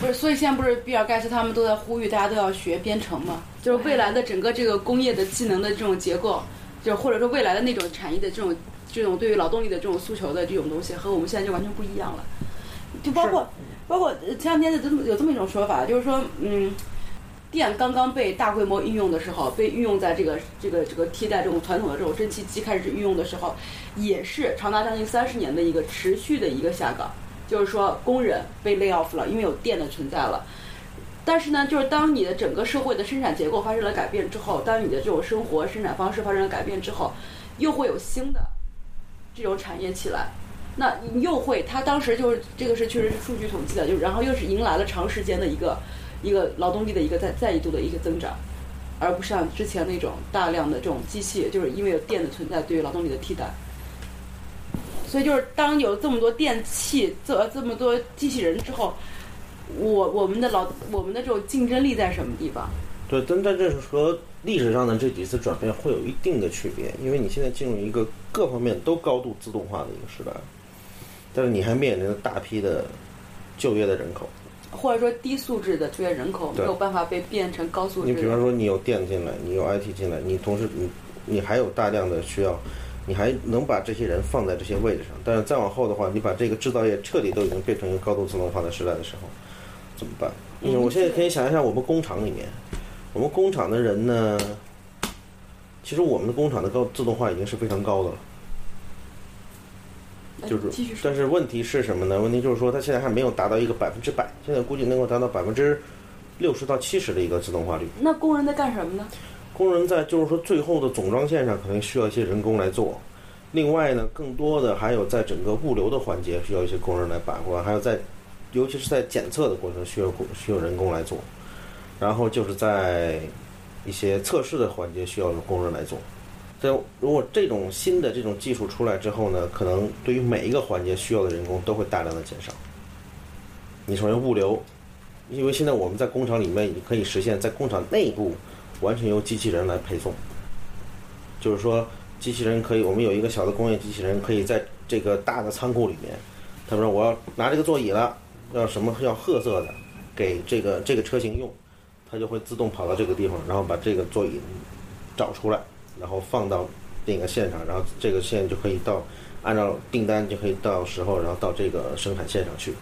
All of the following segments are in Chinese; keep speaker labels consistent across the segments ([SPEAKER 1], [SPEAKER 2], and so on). [SPEAKER 1] 不是，所以现在不是比尔盖茨他们都在呼吁大家都要学编程嘛？就是未来的整个这个工业的技能的这种结构，就或者说未来的那种产业的这种这种对于劳动力的这种诉求的这种东西，和我们现在就完全不一样了。就包括包括呃前两天有这么有这么一种说法，就是说，嗯，电刚刚被大规模应用的时候，被运用在这个这个这个替代这种传统的这种蒸汽机开始运用的时候，也是长达将近三十年的一个持续的一个下岗，就是说工人被 lay off 了，因为有电的存在了。但是呢，就是当你的整个社会的生产结构发生了改变之后，当你的这种生活生产方式发生了改变之后，又会有新的这种产业起来。那又会，他当时就是这个是确实是数据统计的，就是然后又是迎来了长时间的一个一个劳动力的一个再再一度的一个增长，而不像之前那种大量的这种机器，就是因为有电的存在对于劳动力的替代。所以就是当有这么多电器、这这么多机器人之后，我我们的劳我们的这种竞争力在什么地方？
[SPEAKER 2] 对，但但这是和历史上的这几次转变会有一定的区别，因为你现在进入一个各方面都高度自动化的一个时代，但是你还面临着大批的就业的人口。
[SPEAKER 1] 或者说低素质的就业人口没
[SPEAKER 2] 对
[SPEAKER 1] 有办法被变成高素质
[SPEAKER 2] 你比
[SPEAKER 1] 的
[SPEAKER 2] 方说，你有电进来，你有 IT 进来，你同时你你还有大量的需要，你还能把这些人放在这些位置上。但是再往后的话，你把这个制造业彻底都已经变成一个高度自动化的时代的时候，怎么办？
[SPEAKER 1] 嗯
[SPEAKER 2] 因为我现在可以想一下，我们工厂里面，我们工厂的人呢，其实我们的工厂的高自动化已经是非常高的了。
[SPEAKER 1] 哎
[SPEAKER 2] 就是
[SPEAKER 1] 继续说
[SPEAKER 2] 但是问题是什么呢？问题就是说，它现在还没有达到一个百分之百，现在估计能够达到百分之六十到七十的一个自动化率。
[SPEAKER 1] 那工人在干什么呢？
[SPEAKER 2] 工人在就是说最后的总装线上可能需要一些人工来做，另外呢，更多的还有在整个物流的环节需要一些工人来把关，还有在尤其是在检测的过程中需要工需要人工来做，然后就是在一些测试的环节需要工人来做。在如果这种新的这种技术出来之后呢，可能对于每一个环节需要的人工都会大量的减少。你首先物流，因为现在我们在工厂里面已经可以实现在工厂内部完全由机器人来配送，就是说机器人可以，我们有一个小的工业机器人可以在这个大的仓库里面，他说我要拿这个座椅了，要什么要褐色的，给这个这个车型用，它就会自动跑到这个地方，然后把这个座椅找出来，然后放到那个线上，然后这个线就可以到按照订单就可以到时候，然后到这个生产线上去。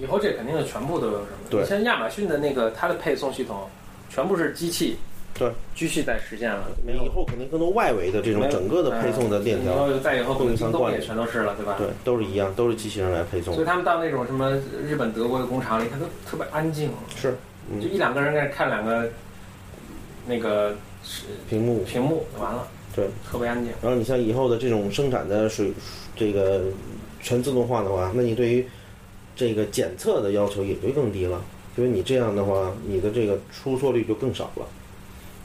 [SPEAKER 3] 以后这肯定是全部都有什么？
[SPEAKER 2] 对
[SPEAKER 3] 你像亚马逊的那个它的配送系统，全部是机器，
[SPEAKER 2] 对，
[SPEAKER 3] 机器在实现了。没有
[SPEAKER 2] 以后肯定更多外围的这种整个的配送的链条，
[SPEAKER 3] 嗯以后再以后可能京东也全都是了，对吧？
[SPEAKER 2] 对，都是一样，都是机器人来配送
[SPEAKER 3] 所以。他们到那种什么日本、德国的工厂里，他都特别安静，
[SPEAKER 2] 是，
[SPEAKER 3] 就
[SPEAKER 2] 嗯，
[SPEAKER 3] 一两个人在那看两个那个是
[SPEAKER 2] 屏幕
[SPEAKER 3] 屏幕，完了，
[SPEAKER 2] 对，
[SPEAKER 3] 特别安静。
[SPEAKER 2] 然后你像以后的这种生产的水，这个全自动化的话，那你对于这个检测的要求也就更低了，因为你这样的话，你的这个出错率就更少了。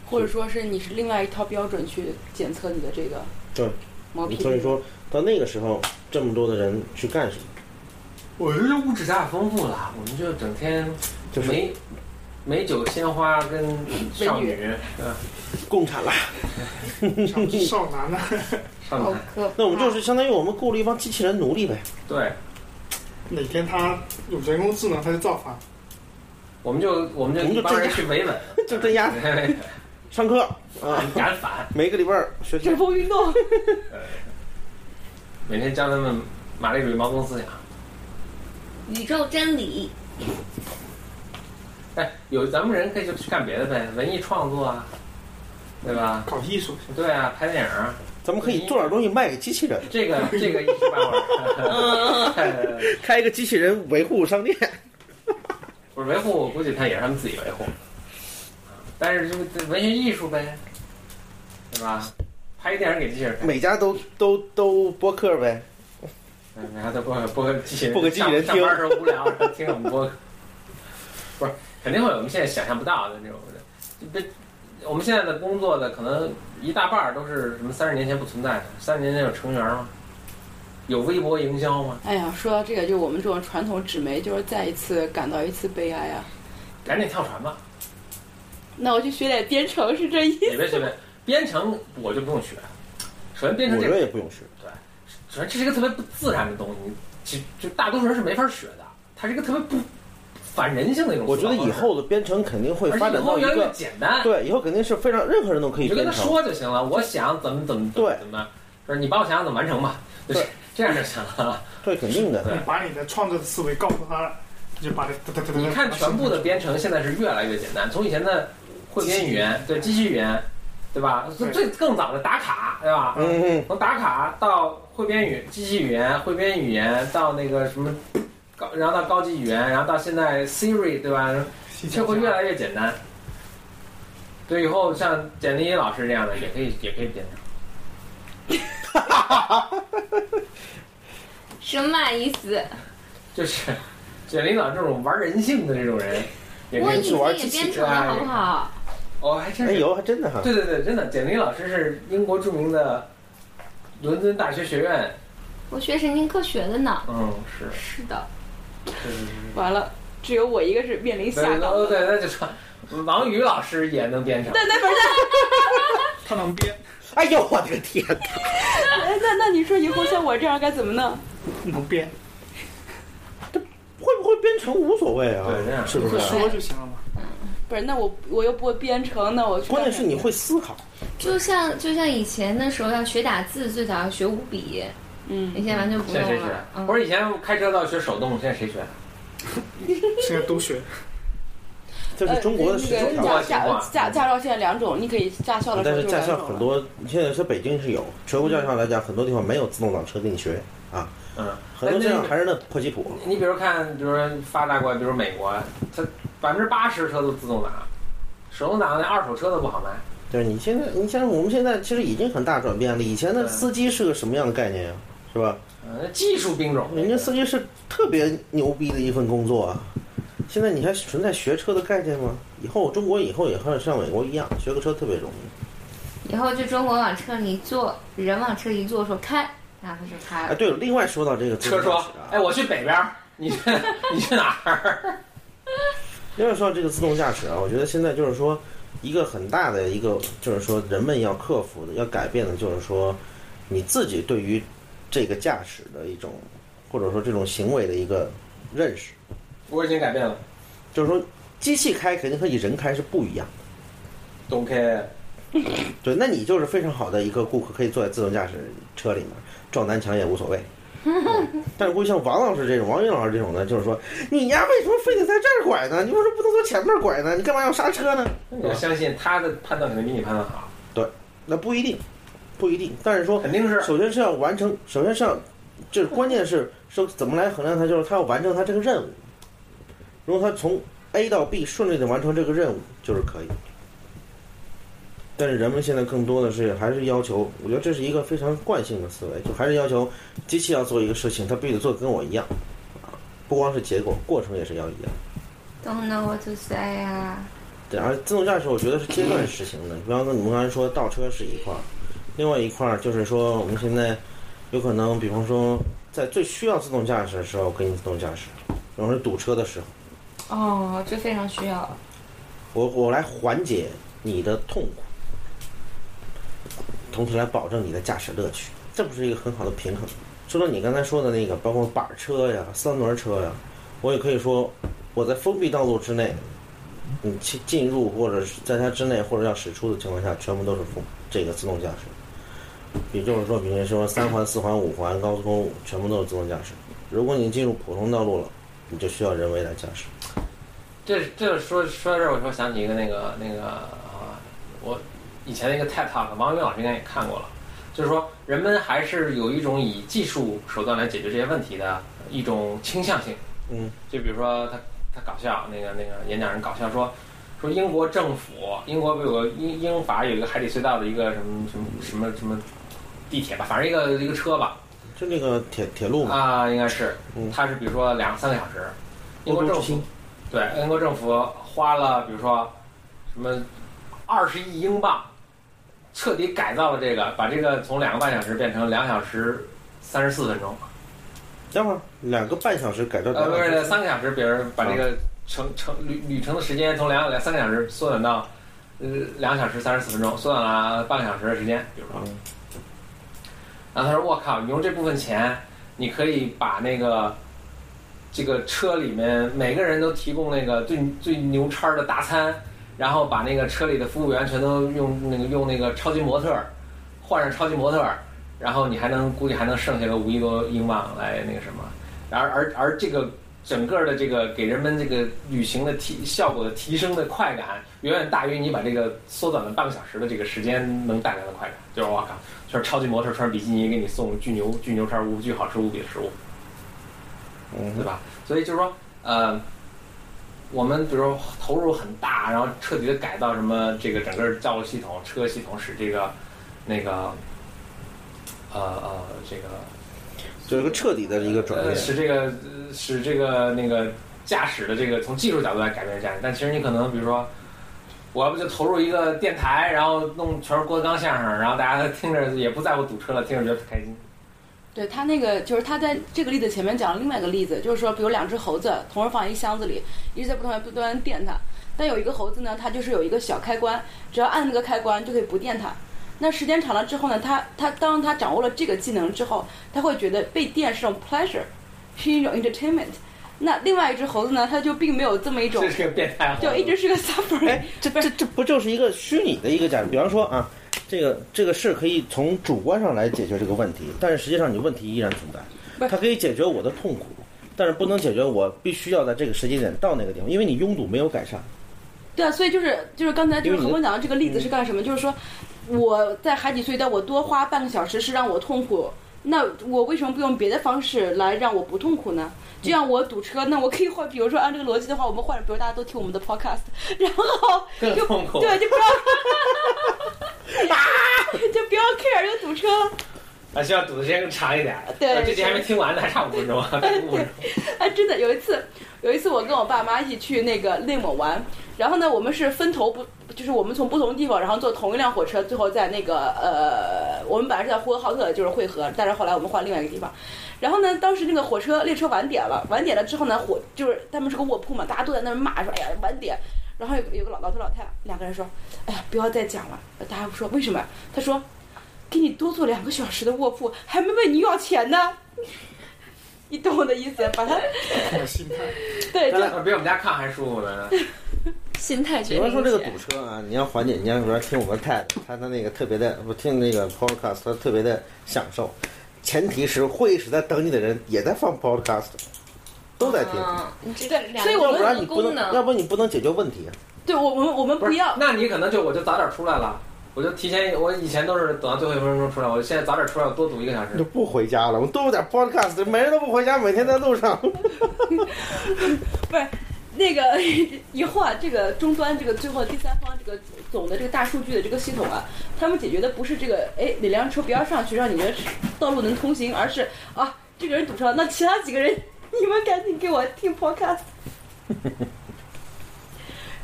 [SPEAKER 1] 或者说是你是另外一套标准去检测你的这个
[SPEAKER 2] 对
[SPEAKER 1] 毛坯，
[SPEAKER 2] 所以说到那个时候，这么多的人去干什么？
[SPEAKER 3] 我觉得物质太丰富了，我们就整天
[SPEAKER 2] 就是
[SPEAKER 3] 美美酒鲜花跟少女，嗯，
[SPEAKER 2] 共产了。
[SPEAKER 4] 少少男呢？
[SPEAKER 3] 少
[SPEAKER 1] 好
[SPEAKER 3] 女，
[SPEAKER 1] 可怕
[SPEAKER 2] 那我们就是相当于我们雇了一帮机器人奴隶呗。
[SPEAKER 3] 对，
[SPEAKER 4] 哪天他有人工智能，他就造反。
[SPEAKER 3] 我们就我们就
[SPEAKER 2] 我们就
[SPEAKER 3] 一帮
[SPEAKER 2] 镇
[SPEAKER 3] 人
[SPEAKER 2] 压
[SPEAKER 3] 去维稳，
[SPEAKER 2] 就镇压上课 啊，
[SPEAKER 3] 敢反，
[SPEAKER 2] 每个礼拜儿学习
[SPEAKER 1] 这。风运动，
[SPEAKER 3] 每天教他们马列主义毛泽东思想。
[SPEAKER 5] 宇宙真理，
[SPEAKER 3] 哎，有咱们人可以就去干别的呗，文艺创作啊，对吧？
[SPEAKER 4] 搞艺术，
[SPEAKER 3] 对啊，拍电影啊，
[SPEAKER 2] 咱们可以做点东西卖给机器人，
[SPEAKER 3] 这个这个一时半 会儿，
[SPEAKER 2] 开一个机器人维护商店。
[SPEAKER 3] 不是维护，我估计他也是他们自己维护，但是就是文学艺术呗，对吧？拍一电影给机器人看，
[SPEAKER 2] 每家都都都播客呗，
[SPEAKER 3] 嗯，然后再播个播个机器人，
[SPEAKER 2] 播个机器人
[SPEAKER 3] 上上班时候无聊，然后听我们 播，不是肯定会有我们现在想象不到的那种的，就别我们现在的工作的可能一大半儿都是什么三十年前不存在的，三十年前有成员吗？有微博营销吗？
[SPEAKER 1] 哎呀，说到这个，就我们这种传统纸媒，就是再一次感到一次悲哀啊。
[SPEAKER 3] 赶紧跳 船吧，
[SPEAKER 1] 那我去学点编程是这意思？
[SPEAKER 3] 也别随便编程，我就不用学。首先，编程
[SPEAKER 2] 我
[SPEAKER 3] 这
[SPEAKER 2] 觉
[SPEAKER 3] 个
[SPEAKER 2] 得也不用学。
[SPEAKER 3] 首先这是一个特别不自然的东西，其就大多数人是没法学的，它是一个特别不反人性的一种
[SPEAKER 2] 我
[SPEAKER 3] 思
[SPEAKER 2] 觉
[SPEAKER 3] 考
[SPEAKER 2] 得
[SPEAKER 3] 方式。
[SPEAKER 2] 以后的编程肯定会
[SPEAKER 3] 而且
[SPEAKER 2] 发
[SPEAKER 3] 以
[SPEAKER 2] 展到
[SPEAKER 3] 后
[SPEAKER 2] 一
[SPEAKER 3] 越来越
[SPEAKER 2] 个，
[SPEAKER 3] 简单，
[SPEAKER 2] 对，以后肯定是非常任何人都可
[SPEAKER 3] 你
[SPEAKER 2] 以
[SPEAKER 3] 就跟
[SPEAKER 2] 编
[SPEAKER 3] 他
[SPEAKER 2] 程。
[SPEAKER 3] 说就行了。我想怎么怎么怎么
[SPEAKER 2] 对
[SPEAKER 3] 怎么样，就是你把我想法怎么完成吧，就是
[SPEAKER 2] 对
[SPEAKER 3] 这样就行了。
[SPEAKER 2] 对，肯定的。
[SPEAKER 3] 对
[SPEAKER 4] 你把你的创作的思维告诉他，你就把这哒哒哒哒
[SPEAKER 3] 你看全部的编程现在是越来越简单，从以前的汇编语言，对机器语言，对吧？
[SPEAKER 4] 对
[SPEAKER 3] 最更早的打卡，对吧？
[SPEAKER 2] 嗯嗯，
[SPEAKER 3] 从打卡到汇编语、机器语言、汇编语言到那个什么高，然后到高级语言，然后到现在 Siri，对吧？
[SPEAKER 4] 啊
[SPEAKER 3] 这会越来越简单。对，以后像简历老师这样的也可以，也可以编程。
[SPEAKER 5] 什么意思？
[SPEAKER 3] 就是简历老师这种玩人性的这种人，也
[SPEAKER 5] 我
[SPEAKER 3] 可
[SPEAKER 5] 以
[SPEAKER 3] 以。
[SPEAKER 2] 去玩
[SPEAKER 5] 前也
[SPEAKER 2] 机器啊
[SPEAKER 5] 编程了，好不好？
[SPEAKER 3] 哦，还真
[SPEAKER 2] 哎
[SPEAKER 3] 是。
[SPEAKER 2] 有还真的哈。
[SPEAKER 3] 对对对，真的，简历老师是英国著名的伦敦大学学院，
[SPEAKER 5] 我学神经科学的呢。
[SPEAKER 3] 嗯，是
[SPEAKER 5] 是的，
[SPEAKER 3] 是是是。
[SPEAKER 1] 完了，只有我一个是面临
[SPEAKER 3] 对
[SPEAKER 1] 下岗的。
[SPEAKER 3] 哦对，那就说王宇老师也能编程。
[SPEAKER 1] 那那不是
[SPEAKER 4] 他能编，
[SPEAKER 2] 哎呦我的天！
[SPEAKER 1] 那哎那那你说以后像我这样该怎么弄？
[SPEAKER 4] 能编，
[SPEAKER 2] 会不会编程无所谓啊
[SPEAKER 3] 对这，样
[SPEAKER 2] 是不
[SPEAKER 4] 会
[SPEAKER 2] 是？
[SPEAKER 4] 说就行了嘛。
[SPEAKER 1] 不是，那我我又不会编程，那我去干
[SPEAKER 2] 关键
[SPEAKER 1] 什
[SPEAKER 2] 是
[SPEAKER 1] 么
[SPEAKER 2] 你会思考。
[SPEAKER 5] 就像就像以前的时候要学打字，最早要学五笔，你
[SPEAKER 1] 嗯，
[SPEAKER 5] 现在完全不
[SPEAKER 3] 现在谁
[SPEAKER 5] 用
[SPEAKER 3] 学
[SPEAKER 5] 了。？嗯
[SPEAKER 3] 我说以前开车都要学手动，现在谁学？
[SPEAKER 4] 现在都学，
[SPEAKER 2] 这是中国的十九
[SPEAKER 1] 呃那
[SPEAKER 3] 中
[SPEAKER 1] 个
[SPEAKER 2] 条，
[SPEAKER 3] 国的情
[SPEAKER 1] 驾
[SPEAKER 3] 况
[SPEAKER 1] 驾驾驾照现在两种，你可以驾校的时
[SPEAKER 2] 但
[SPEAKER 1] 候
[SPEAKER 2] 是
[SPEAKER 1] 就
[SPEAKER 2] 驾
[SPEAKER 1] 两
[SPEAKER 2] 校
[SPEAKER 1] 种
[SPEAKER 2] 很
[SPEAKER 1] 了。
[SPEAKER 2] 多，现在是北京是有，全国驾校来讲，很多地方没有自动挡车给你学啊，
[SPEAKER 3] 嗯，
[SPEAKER 2] 很多
[SPEAKER 3] 那
[SPEAKER 2] 家长
[SPEAKER 3] 那
[SPEAKER 2] 还是那破吉普。
[SPEAKER 3] 你比如看，比如说发达国，比如美国，它百分之八十车都自动挡，手动挡那二手车都不好卖。
[SPEAKER 2] 对你现在，你像我们现在其实已经很大转变了。以前的
[SPEAKER 3] 对
[SPEAKER 2] 司机是个什么样的概念啊？是吧？
[SPEAKER 3] 嗯，那技术兵种，
[SPEAKER 2] 人家司机是特别牛逼的一份工作啊。现在你还存在学车的概念吗？以后中国以后也会像美国一样，学个车特别容易。
[SPEAKER 5] 以后就中国往车里一坐，人往车里一坐，说开，然后他就开
[SPEAKER 2] 哎，
[SPEAKER 5] 了。
[SPEAKER 2] 对了，另外说到这个自动
[SPEAKER 3] 车
[SPEAKER 2] 驾驶
[SPEAKER 3] 说
[SPEAKER 2] 啊，：“
[SPEAKER 3] 哎，我去北边儿，你去你去哪儿
[SPEAKER 2] 另外说到这个自动驾驶啊，我觉得现在就是说一个很大的一个，就是说人们要克服的、要改变的，就是说你自己对于这个驾驶的一种，或者说这种行为的一个认识，？”
[SPEAKER 3] 我已经改变了。
[SPEAKER 2] 就是说机器开肯定和你人开是不一样的。
[SPEAKER 3] 懂 K，
[SPEAKER 2] 对，那你就是非常好的一个顾客，可以坐在自动驾驶车里面撞南墙也无所谓。嗯但是估计像王老师这种、王云老师这种呢，就是说你呀，为什么非得在这儿拐呢？你为什么不能从前面拐呢？你干嘛要刹车呢？
[SPEAKER 3] 我相信他的判断肯定比你判断好，
[SPEAKER 2] 那不一定，不一定。但是说
[SPEAKER 3] 肯定是
[SPEAKER 2] 首先是要完成，首先是要，就是关键是是怎么来衡量它，就是它要完成它这个任务。如果它从 A 到 B 顺利的完成这个任务，就是可以。但是人们现在更多的是还是要求，我觉得这是一个非常惯性的思维，就还是要求机器要做一个事情，它必须得做得跟我一样，啊，不光是结果，过程也是要一样。
[SPEAKER 5] Don't know what to say 啊。
[SPEAKER 2] 对，而自动驾驶我觉得是阶段实行的。比方说你们刚才说倒车是一块儿，另外一块儿就是说我们现在有可能，比方说在最需要自动驾驶的时候给你自动驾驶，比方说堵车的时候，
[SPEAKER 5] 哦，这非常需要。
[SPEAKER 2] 我我来缓解你的痛苦，同时来保证你的驾驶乐趣，这不是一个很好的平衡。说到你刚才说的那个，包括板车呀、三轮车呀，我也可以说我在封闭道路之内，你进进入或者是在它之内或者要驶出的情况下，全部都是封这个自动驾驶。也就是说，比如说三环、四环、五环高速公路全部都是自动驾驶。如果你进入普通道路了，你就需要人为来驾驶。
[SPEAKER 3] 这这说说到这儿，我说想起一个那个那个啊，我以前那个 TED Talk，王云老师应该也看过了，就是说人们还是有一种以技术手段来解决这些问题的一种倾向性。
[SPEAKER 2] 嗯，
[SPEAKER 3] 就比如说他他搞笑，那个那个演讲人搞笑说说英国政府，英国不有个英英法有一个海底隧道的一个什么什么什么什么地铁吧，反正一个一个车吧
[SPEAKER 2] 就那个铁铁路嘛。
[SPEAKER 3] 啊、应该是
[SPEAKER 2] 嗯，
[SPEAKER 3] 它是比如说两三个小时，英国政
[SPEAKER 2] 欧洲之
[SPEAKER 3] 府
[SPEAKER 2] 星
[SPEAKER 3] 对英国政府花了比如说什么二十亿英镑，彻底改造了这个，把这个从两个半小时变成两小时三十四分钟。
[SPEAKER 2] 等会儿两个半小时改造
[SPEAKER 3] 呃，
[SPEAKER 2] 两
[SPEAKER 3] 不
[SPEAKER 2] 个小
[SPEAKER 3] 是不是
[SPEAKER 2] 时
[SPEAKER 3] 三个小时，比如把这个程程旅旅程的时间从两两三个小时缩短到，呃，两小时三十四分钟，缩短了半个小时的时间，比如说。
[SPEAKER 2] 嗯
[SPEAKER 3] 然后他说：“我靠，你用这部分钱，你可以把那个这个车里面每个人都提供那个最最牛叉的大餐，然后把那个车里的服务员全都用那个用那个超级模特儿换上超级模特儿，然后你还能估计还能剩下个五亿多英镑来那个什么，然而而而这个整个的这个给人们这个旅行的提效果的提升的快感，远远大于你把这个缩短了半个小时的这个时间能带来的快感，就是我靠，就是超级模特穿比基尼给你送巨牛巨牛叉无巨好吃无比的食物。对
[SPEAKER 2] 嗯，
[SPEAKER 3] 吧？所以就是说，呃，我们比如说投入很大，然后彻底的改造什么这个整个道路系统、车系统，使这个那个呃呃这个
[SPEAKER 2] 就是一个彻底的一个转
[SPEAKER 3] 呃
[SPEAKER 2] 变。
[SPEAKER 3] 使这个呃使这个那个驾驶的这个从技术角度来改变驾驶，但其实你可能比如说，我要不就投入一个电台，然后弄全是郭德纲相声，然后大家听着也不在乎堵车了，听着觉得开心。
[SPEAKER 1] 对他那个就是他在这个例子前面讲了另外一个例子，就是说，比如两只猴子同时放在一箱子里，一直在不同的不断地电它，但有一个猴子呢，它就是有一个小开关，只要按那个开关就可以不电它。那时间长了之后呢，他他当他掌握了这个技能之后，他会觉得被电是种 pleasure，是一种 entertainment。那另外一只猴子呢，它就并没有这么一种
[SPEAKER 3] 这，是个变态猴子，
[SPEAKER 1] 就一直是个 suffering
[SPEAKER 2] 哎。，这这这不就是一个虚拟的一个假设？比方说啊，这个这个是可以从主观上来解决这个问题，但是实际上你问题依然存
[SPEAKER 1] 不
[SPEAKER 2] 在。
[SPEAKER 1] 是
[SPEAKER 2] 它可以解决我的痛苦，但是不能解决我必须要在这个时间点到那个地方，因为你拥堵没有改善。
[SPEAKER 1] 对啊，所以就是就是刚才就是
[SPEAKER 2] 因为你的嗯
[SPEAKER 1] 何工讲的这个例子是干什么？就是说我在海底隧道，我多花半个小时是让我痛苦，那我为什么不用别的方式来让我不痛苦呢？就像我堵车，那我可以换，比如说按这个逻辑的话，我们换，比如大家都听我们的 podcast，然后
[SPEAKER 3] 更痛苦。
[SPEAKER 2] 哦
[SPEAKER 1] 对，就不要， 就不要 care 这个堵车了。
[SPEAKER 3] 啊，希望堵的时间更长一点。
[SPEAKER 1] 对
[SPEAKER 3] 啊这集还没听完呢，还差五分钟啊，还差五分钟。
[SPEAKER 1] 哎，真的有一次，有一次我跟我爸妈一起去那个内蒙玩，然后呢，我们是分头不，就是我们从不同地方，然后坐同一辆火车，最后在那个呃，我们本来是在呼和浩特就是汇合，但是后来我们换另外一个地方。然后呢，当时那个火车列车晚点了，晚点了之后呢，火就是他们是个卧铺嘛，大家都在那儿骂说，哎呀晚点。然后有有个老老头老太太两个人说，哎呀不要再讲了。大家说为什么？他说，给你多坐两个小时的卧铺，还没问你要钱呢。你懂我的意思，把他
[SPEAKER 4] 这种心态。
[SPEAKER 1] 对，就
[SPEAKER 3] 比我们家炕还舒服呢。
[SPEAKER 5] 心态决
[SPEAKER 2] 比
[SPEAKER 5] 定
[SPEAKER 2] 方
[SPEAKER 5] 一
[SPEAKER 2] 说这个
[SPEAKER 5] 切
[SPEAKER 2] 堵车啊，你要缓解，你要比如说听我们 TED，他他那个特别的，不听那个 podcast，他特别的享受。前提是会议室在等你的人也在放 podcast，都在听。
[SPEAKER 5] 嗯你这
[SPEAKER 1] 对
[SPEAKER 5] 两
[SPEAKER 1] 所以
[SPEAKER 5] 个
[SPEAKER 1] 我
[SPEAKER 2] 要
[SPEAKER 1] 们
[SPEAKER 2] 不然你不
[SPEAKER 5] 功
[SPEAKER 2] 能，
[SPEAKER 5] 能
[SPEAKER 2] 要不然你不能解决问题。
[SPEAKER 1] 对我我们我们
[SPEAKER 3] 不
[SPEAKER 1] 不
[SPEAKER 3] 是
[SPEAKER 1] 要，
[SPEAKER 3] 那你可能就我就早点出来了，我就提前，我以前都是等到最后一分钟出来，我现在早点出来，我多堵一个小
[SPEAKER 2] 就
[SPEAKER 3] 时。
[SPEAKER 2] 不回家了，我都有点 podcast，每人都不回家，每天在路上。
[SPEAKER 1] 不是那个 以后啊，这个终端这个最后第三方这个总的这个大数据的这个系统啊，他们解决的不是这个哎哪辆车不要上去，让你的道路能通行，而是啊这个人堵车，那其他几个人你们赶紧给我听 podcast，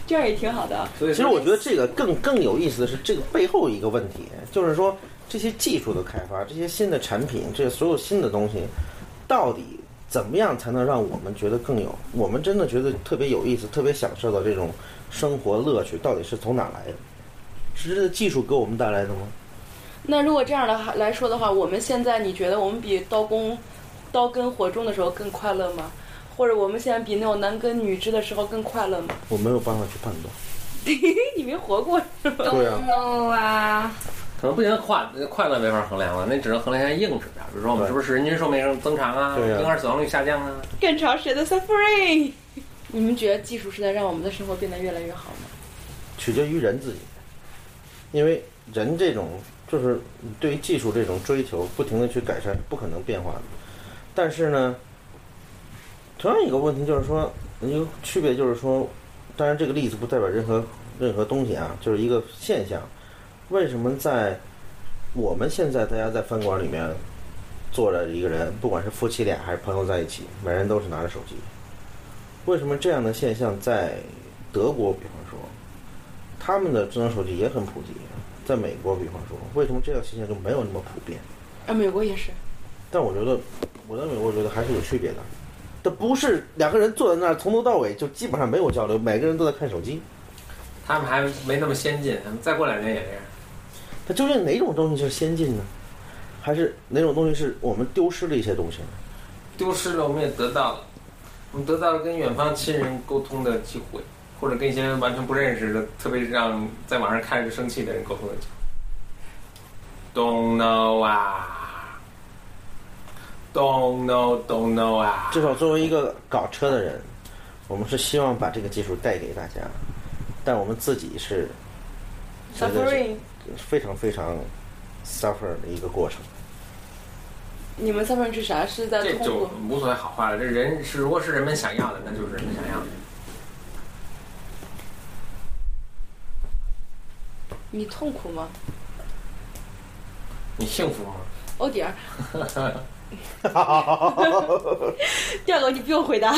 [SPEAKER 1] 这样也挺好的啊。
[SPEAKER 3] 所以
[SPEAKER 2] 其实我觉得这个更更有意思的是，这个背后一个问题，就是说这些技术的开发，这些新的产品，这所有新的东西，到底怎么样才能让我们觉得更有，我们真的觉得特别有意思，特别享受到这种生活乐趣，到底是从哪来的？是这个技术给我们带来的吗？
[SPEAKER 1] 那如果这样的来说的话，我们现在你觉得我们比刀工、刀耕火种的时候更快乐吗？或者我们现在比那种男耕女织的时候更快乐吗？
[SPEAKER 2] 我没有办法去判断。
[SPEAKER 1] 你没活过，
[SPEAKER 2] 对啊
[SPEAKER 5] don't know 啊，
[SPEAKER 3] 可能不行，快快乐没法衡量了，那只能衡量一下硬指标，比如说我们是不是人均寿命增长啊，
[SPEAKER 2] 对啊
[SPEAKER 3] 婴儿死亡率下降啊。
[SPEAKER 1] 更长时间的 suffering。你们觉得技术是在让我们的生活变得越来越好吗？
[SPEAKER 2] 取决于人自己，因为人这种就是对于技术这种追求，不停的去改善，不可能变化的。但是呢，同样一个问题就是说，一个区别就是说，当然这个例子不代表任何任何东西啊，就是一个现象。为什么在我们现在大家在饭馆里面坐着一个人，不管是夫妻俩还是朋友在一起，每人都是拿着手机？为什么这样的现象在德国，比方说，他们的智能手机也很普及，在美国，比方说，为什么这样现象就没有那么普遍？
[SPEAKER 1] 啊，美国也是，
[SPEAKER 2] 但我觉得，我在美国觉得还是有区别的。这不是两个人坐在那儿从头到尾就基本上没有交流，每个人都在看手机。
[SPEAKER 3] 他们还没那么先进，再过两年也这样。
[SPEAKER 2] 它究竟哪种东西是先进呢？还是哪种东西是我们丢失了一些东西呢？
[SPEAKER 3] 丢失了，我们也得到了。我们得到了跟远方亲人沟通的机会，或者跟一些完全不认识的、特别让在网上看着生气的人沟通的机会。Don't know 啊，Don't know，Don't know 啊。
[SPEAKER 2] 至少作为一个搞车的人，我们是希望把这个技术带给大家，但我们自己是觉得是
[SPEAKER 1] suffering，
[SPEAKER 2] 非常非常 suffer 的一个过程。
[SPEAKER 1] 你们 suffering 是啥？是在
[SPEAKER 3] 这
[SPEAKER 1] 通
[SPEAKER 3] 就
[SPEAKER 1] 过
[SPEAKER 3] 无所谓好坏了。这人是如果是人们想要的，那就是人们想要的。
[SPEAKER 1] 你痛苦吗？
[SPEAKER 3] 你幸福吗？
[SPEAKER 1] 哦点 儿，第二个你不用回答。